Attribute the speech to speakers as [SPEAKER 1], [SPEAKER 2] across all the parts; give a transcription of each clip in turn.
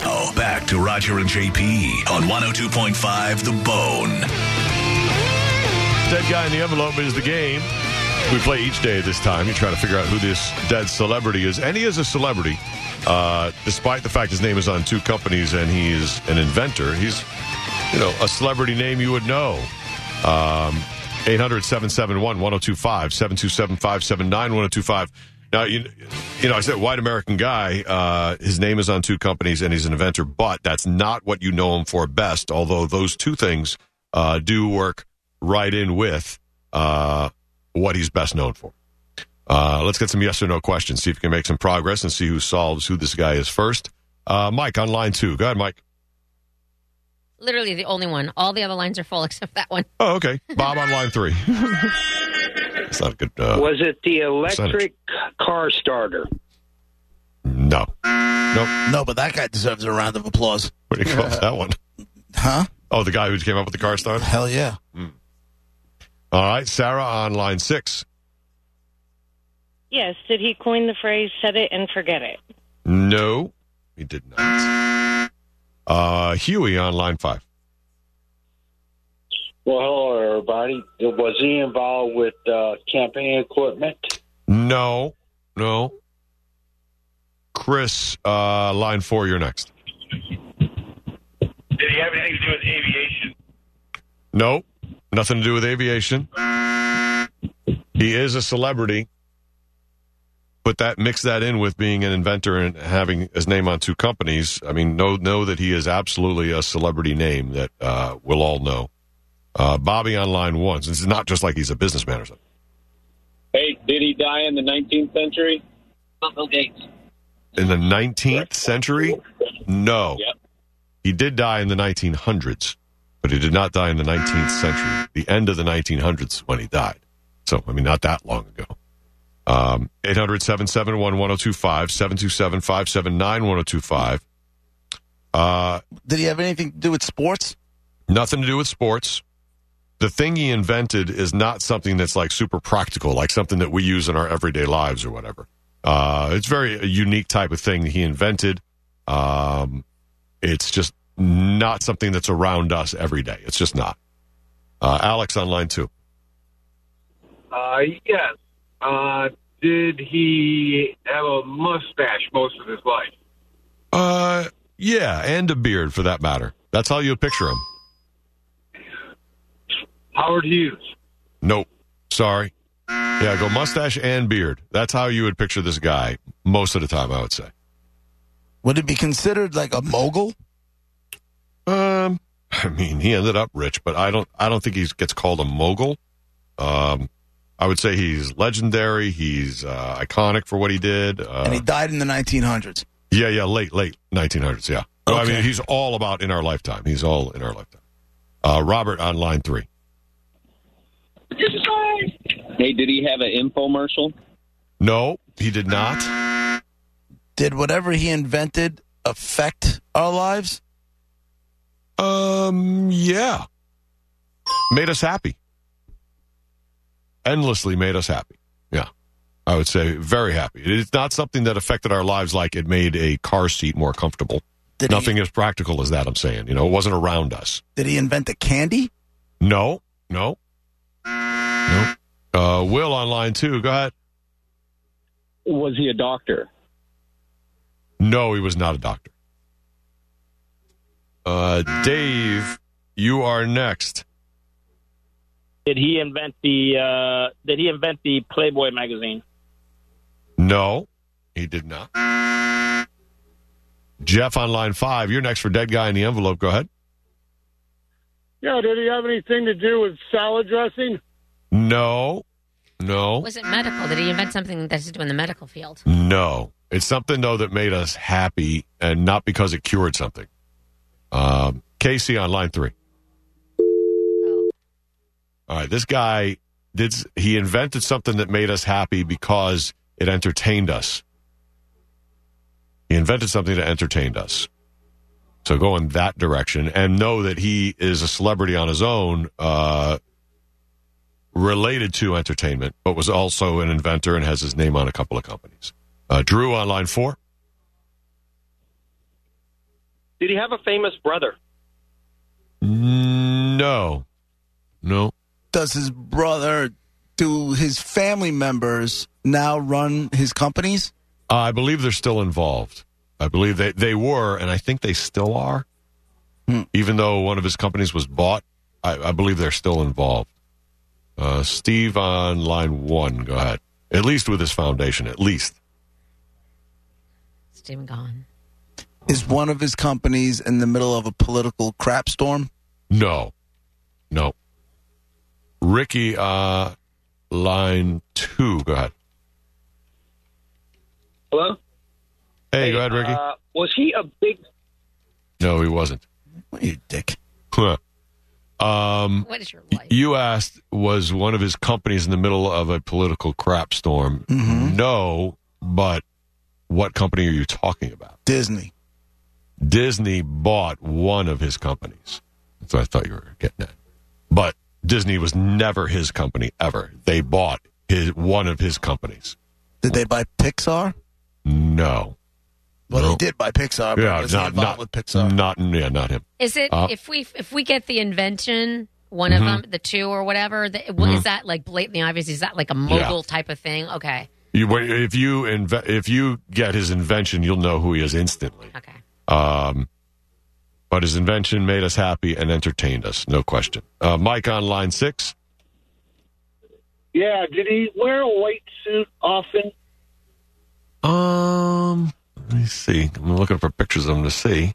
[SPEAKER 1] Oh, back to Roger and JP on 102.5 The Bone.
[SPEAKER 2] Dead guy in the envelope is the game. We play each day at this time. You try to figure out who this dead celebrity is. And he is a celebrity, uh, despite the fact his name is on two companies and he is an inventor. He's, you know, a celebrity name you would know. Um, 800 771 1025 727 579 1025. Now, you, you know, I said white American guy. Uh, his name is on two companies and he's an inventor, but that's not what you know him for best, although those two things uh, do work right in with uh, what he's best known for. Uh, let's get some yes or no questions, see if you can make some progress and see who solves who this guy is first. Uh, Mike on line two. Go ahead, Mike.
[SPEAKER 3] Literally the only one. All the other lines are full except that one.
[SPEAKER 2] Oh, okay. Bob on line three. It's not a good. Uh,
[SPEAKER 4] Was it the electric car starter?
[SPEAKER 2] no.
[SPEAKER 5] No, but that guy deserves a round of applause.
[SPEAKER 2] What do you call that one?
[SPEAKER 5] Huh?
[SPEAKER 2] Oh, the guy who came up with the car start?
[SPEAKER 5] Hell yeah.
[SPEAKER 2] All right. Sarah on line six.
[SPEAKER 6] Yes. Did he coin the phrase "set it and forget it"?
[SPEAKER 2] No, he did not. Uh, Huey on line five.
[SPEAKER 4] Well, hello, everybody. Was he involved with uh, camping equipment?
[SPEAKER 2] No, no. Chris, uh, line four, you're next.
[SPEAKER 7] Did he have anything to do with aviation?
[SPEAKER 2] Nope. Nothing to do with aviation. He is a celebrity. But that mix that in with being an inventor and having his name on two companies. I mean, know know that he is absolutely a celebrity name that uh, we'll all know. Uh, Bobby on line one. This is not just like he's a businessman or something.
[SPEAKER 7] Hey, did he die in the 19th century? Bill Gates.
[SPEAKER 2] In the 19th century, no,
[SPEAKER 7] Yep.
[SPEAKER 2] he did die in the 1900s, but he did not die in the 19th century. The end of the 1900s when he died. So, I mean, not that long ago. Um, 800 771 1025, 727 579 1025. Uh,
[SPEAKER 5] Did he have anything to do with sports?
[SPEAKER 2] Nothing to do with sports. The thing he invented is not something that's like super practical, like something that we use in our everyday lives or whatever. Uh, it's very a unique type of thing that he invented. Um, it's just not something that's around us every day. It's just not. Uh, Alex on line two.
[SPEAKER 7] Uh, yes. Uh, did he have a mustache most of his life?
[SPEAKER 2] Uh, yeah, and a beard for that matter. That's how you picture him.
[SPEAKER 7] Howard Hughes.
[SPEAKER 2] Nope. Sorry. Yeah, go mustache and beard. That's how you would picture this guy most of the time, I would say.
[SPEAKER 5] Would it be considered like a mogul?
[SPEAKER 2] Um, I mean, he ended up rich, but I don't. I don't think he gets called a mogul. Um, I would say he's legendary. He's uh, iconic for what he did. Uh,
[SPEAKER 5] and he died in the 1900s.
[SPEAKER 2] yeah, yeah, late, late 1900s. Yeah. Well, I
[SPEAKER 5] Okay.
[SPEAKER 2] mean, he's all about in our lifetime. He's all in our lifetime. Uh, Robert on line three.
[SPEAKER 8] Hey, did he have an infomercial?
[SPEAKER 2] No, he did not.
[SPEAKER 5] Did whatever he invented affect our lives?
[SPEAKER 2] Um, yeah, made us happy. Endlessly made us happy. Yeah. I would say very happy. It's not something that affected our lives like it made a car seat more comfortable.
[SPEAKER 5] Did
[SPEAKER 2] Nothing
[SPEAKER 5] He,
[SPEAKER 2] as practical as that, I'm saying. You know, it wasn't around us.
[SPEAKER 5] did he invent a candy?
[SPEAKER 2] No, no, no. Uh, Will on line two. Go ahead.
[SPEAKER 8] Was he a doctor?
[SPEAKER 2] No, he was not a doctor. Uh, Dave, you are next.
[SPEAKER 7] Did he invent the? Uh, did he invent the Playboy magazine?
[SPEAKER 2] No, he did not. Jeff on line five. You're next for Dead Guy in the Envelope. Go ahead.
[SPEAKER 7] Yeah. Did he have anything to do with salad dressing?
[SPEAKER 2] No, no,
[SPEAKER 3] Was it medical? Did he invent something that's to do in the medical field?
[SPEAKER 2] no. It's something, though, that made us happy and not because it cured something. Um, Casey on line three.
[SPEAKER 3] Oh.
[SPEAKER 2] All right, this guy did. s- He invented something that made us happy because it entertained us. He invented something that entertained us. So go in that direction and know that he is a celebrity on his own, uh, related to entertainment, but was also an inventor and has his name on a couple of companies. Uh, Drew on line four.
[SPEAKER 9] Did he have a famous brother?
[SPEAKER 2] No, no.
[SPEAKER 5] Does his brother, do his family members now run his companies?
[SPEAKER 2] Uh, I believe they're still involved. I believe they, they were, and I think they still are.
[SPEAKER 5] Hmm.
[SPEAKER 2] Even though one of his companies was bought, I, I believe they're still involved. Uh, Steve on line one, go ahead. At least with his foundation, at least.
[SPEAKER 3] Stephen gone.
[SPEAKER 5] Is one of his companies in the middle of a political crap storm?
[SPEAKER 2] No, no. Ricky, uh, line two, go ahead.
[SPEAKER 9] Hello?
[SPEAKER 2] Hey, go ahead, Ricky.
[SPEAKER 9] Uh, was he a big
[SPEAKER 2] no, he wasn't.
[SPEAKER 5] What you dick?
[SPEAKER 2] Huh. Um,
[SPEAKER 3] What is your life?
[SPEAKER 2] You asked, was one of his companies in the middle of a political crap storm?
[SPEAKER 5] Mhm.
[SPEAKER 2] No, but what company are you talking about?
[SPEAKER 5] Disney.
[SPEAKER 2] Disney bought one of his companies. That's what I thought you were getting at. But Disney was never his company ever. They bought his one of his companies.
[SPEAKER 5] Did they buy Pixar?
[SPEAKER 2] No,
[SPEAKER 5] Well,
[SPEAKER 2] No.
[SPEAKER 5] they did buy Pixar. But
[SPEAKER 2] yeah,
[SPEAKER 5] was he
[SPEAKER 2] not
[SPEAKER 5] involved
[SPEAKER 2] not
[SPEAKER 5] with Pixar.
[SPEAKER 2] Not yeah, not him.
[SPEAKER 3] Is it
[SPEAKER 2] Uh, Mm-hmm.
[SPEAKER 3] if we if we get the invention, one of them, the two or whatever? The, Is that like blatantly obvious? Is that like a mogul type of thing? Okay,
[SPEAKER 2] You, wait, if you inve- if you get his invention, you'll know who he is instantly.
[SPEAKER 3] okay.
[SPEAKER 2] Um, but his invention made us happy and entertained us, no question. Uh, Mike on line six.
[SPEAKER 4] Yeah, did he wear a white suit often?
[SPEAKER 2] Um, let me see. I'm looking for pictures of him to see.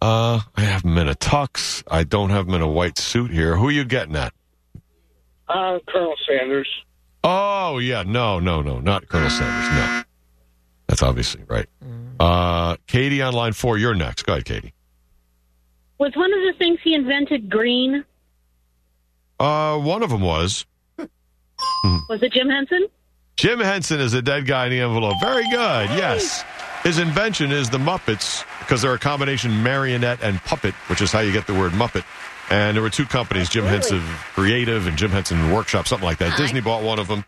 [SPEAKER 2] Uh, I have him in a tux. I don't have him in a white suit here. Who are you getting at?
[SPEAKER 4] Uh, Colonel Sanders.
[SPEAKER 2] Oh yeah, no, no, no, not Colonel Sanders. No, that's obviously right. Uh, Katie on line four. You're next. Go ahead, Katie.
[SPEAKER 6] Was one of the things he invented green?
[SPEAKER 2] Uh, one of them was
[SPEAKER 6] Was it Jim Henson?
[SPEAKER 2] Jim Henson is a dead guy in the envelope. Very good. Yes. His invention is the Muppets because they're a combination marionette and puppet, which is how you get the word Muppet. And there were two companies, Jim Henson Creative and Jim Henson Workshop, something like that.
[SPEAKER 3] Hi.
[SPEAKER 2] Disney bought one of them.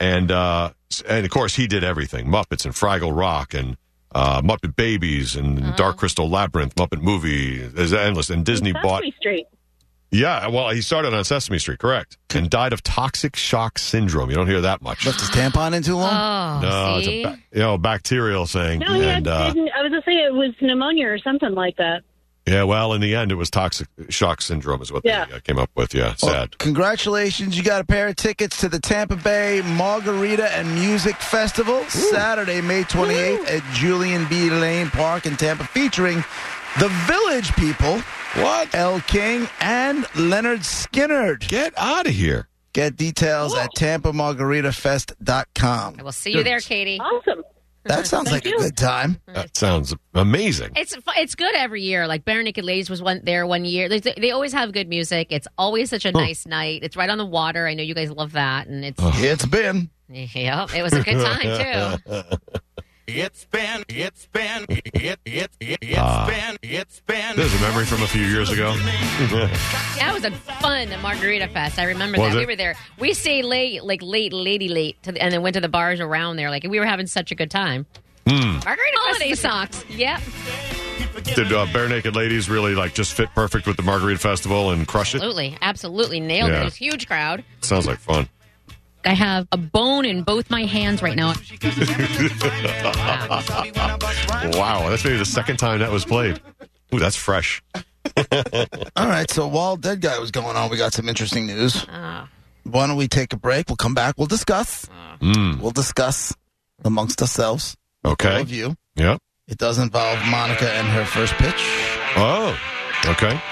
[SPEAKER 2] And, uh, s- and of course, he did everything Muppets and Fraggle Rock and uh, Muppet Babies and
[SPEAKER 6] Uh-huh.
[SPEAKER 2] Dark Crystal Labyrinth, Muppet Movie. There's endless. And Disney bought.
[SPEAKER 6] Sesame Street.
[SPEAKER 2] Yeah, well, he started on Sesame Street, correct. And died of toxic shock syndrome. You don't hear that much.
[SPEAKER 5] Left his tampon in too long?
[SPEAKER 3] Oh,
[SPEAKER 2] No, it's a
[SPEAKER 3] see?
[SPEAKER 2] ba- you know bacterial thing,
[SPEAKER 6] No, he
[SPEAKER 2] and
[SPEAKER 6] had,
[SPEAKER 2] uh,
[SPEAKER 6] didn't, I was going to say it was pneumonia or something like that.
[SPEAKER 2] yeah. Well, in the end, it was toxic shock syndrome, is what
[SPEAKER 6] Yeah.
[SPEAKER 2] they uh, came up with. Yeah,
[SPEAKER 5] Well,
[SPEAKER 2] sad.
[SPEAKER 5] Oh, congratulations. You got a pair of tickets to the Tampa Bay Margarita and Music Festival Saturday, May 28th at Julian B. Lane Park in Tampa, featuring the Village People, what? El King, and Leonard Skinnerd.
[SPEAKER 2] Get out of here.
[SPEAKER 5] Get details at tampamargaritafest.com.
[SPEAKER 3] I will see you there, Katie.
[SPEAKER 6] Awesome.
[SPEAKER 5] That sounds like a good time.
[SPEAKER 2] That sounds amazing.
[SPEAKER 3] It's fu- it's good every year. Like Bare Naked Ladies was one there one year. They, they always have good music. It's always such a nice night. It's right on the water. I know you guys love that, and it's
[SPEAKER 5] It's been.
[SPEAKER 3] yep. It was a good time too.
[SPEAKER 10] It's been, it's been, it, it, it, it's
[SPEAKER 2] Ah.
[SPEAKER 10] been, it's been.
[SPEAKER 2] There's a memory from a few years ago.
[SPEAKER 3] That was a fun Margarita Fest. I remember
[SPEAKER 2] Was
[SPEAKER 3] that
[SPEAKER 2] it?
[SPEAKER 3] we were there. We stayed late, like late, lady late, to the, and then went to the bars around there. Like we were having such a good time.
[SPEAKER 2] Hmm.
[SPEAKER 3] Margarita holiday socks. Yep.
[SPEAKER 2] Did uh, bare naked ladies really like just fit perfect with the Margarita Festival and crush it?
[SPEAKER 3] Absolutely, absolutely nailed
[SPEAKER 2] Yeah.
[SPEAKER 3] it. It was a huge crowd.
[SPEAKER 2] Sounds like fun.
[SPEAKER 3] I have a bone in both my hands right now. Wow.
[SPEAKER 2] Wow, that's maybe the second time that was played. Ooh, that's fresh.
[SPEAKER 5] All right, so while Dead Guy was going on, we got some interesting news.
[SPEAKER 3] Ah.
[SPEAKER 5] Why don't we take a break? We'll come back. We'll discuss.
[SPEAKER 2] Mm,
[SPEAKER 5] We'll discuss amongst ourselves. All
[SPEAKER 2] okay.
[SPEAKER 5] of you.
[SPEAKER 2] Yep.
[SPEAKER 5] It does involve Monica and her first pitch.
[SPEAKER 2] Oh, okay.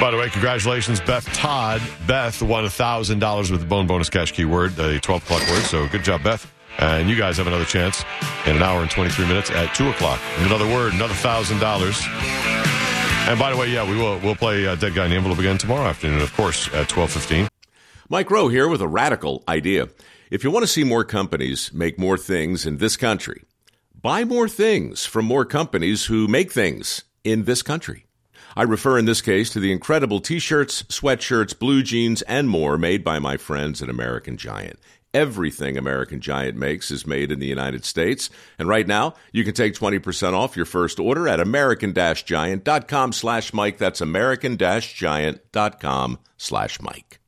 [SPEAKER 2] By the way, congratulations, Beth Todd. Beth won $1,000 with the Bone Bonus Cash keyword, the 12 o'clock word. So good job, Beth. And you guys have another chance in an hour and 23 minutes at 2 o'clock. Another word, another $1,000. And by the way, yeah, we will we'll play uh, Dead Guy in the Envelope again tomorrow afternoon, of course, at twelve fifteen.
[SPEAKER 11] Mike Rowe here with a radical idea. If you want to see more companies make more things in this country, buy more things from more companies who make things in this country. I refer in this case to the incredible t shirts, sweatshirts, blue jeans, and more made by my friends at American Giant. Everything American Giant makes is made in the United States. And right now, you can take 20% off your first order at american-giant.com slash Mike. That's american-giant.com slash Mike.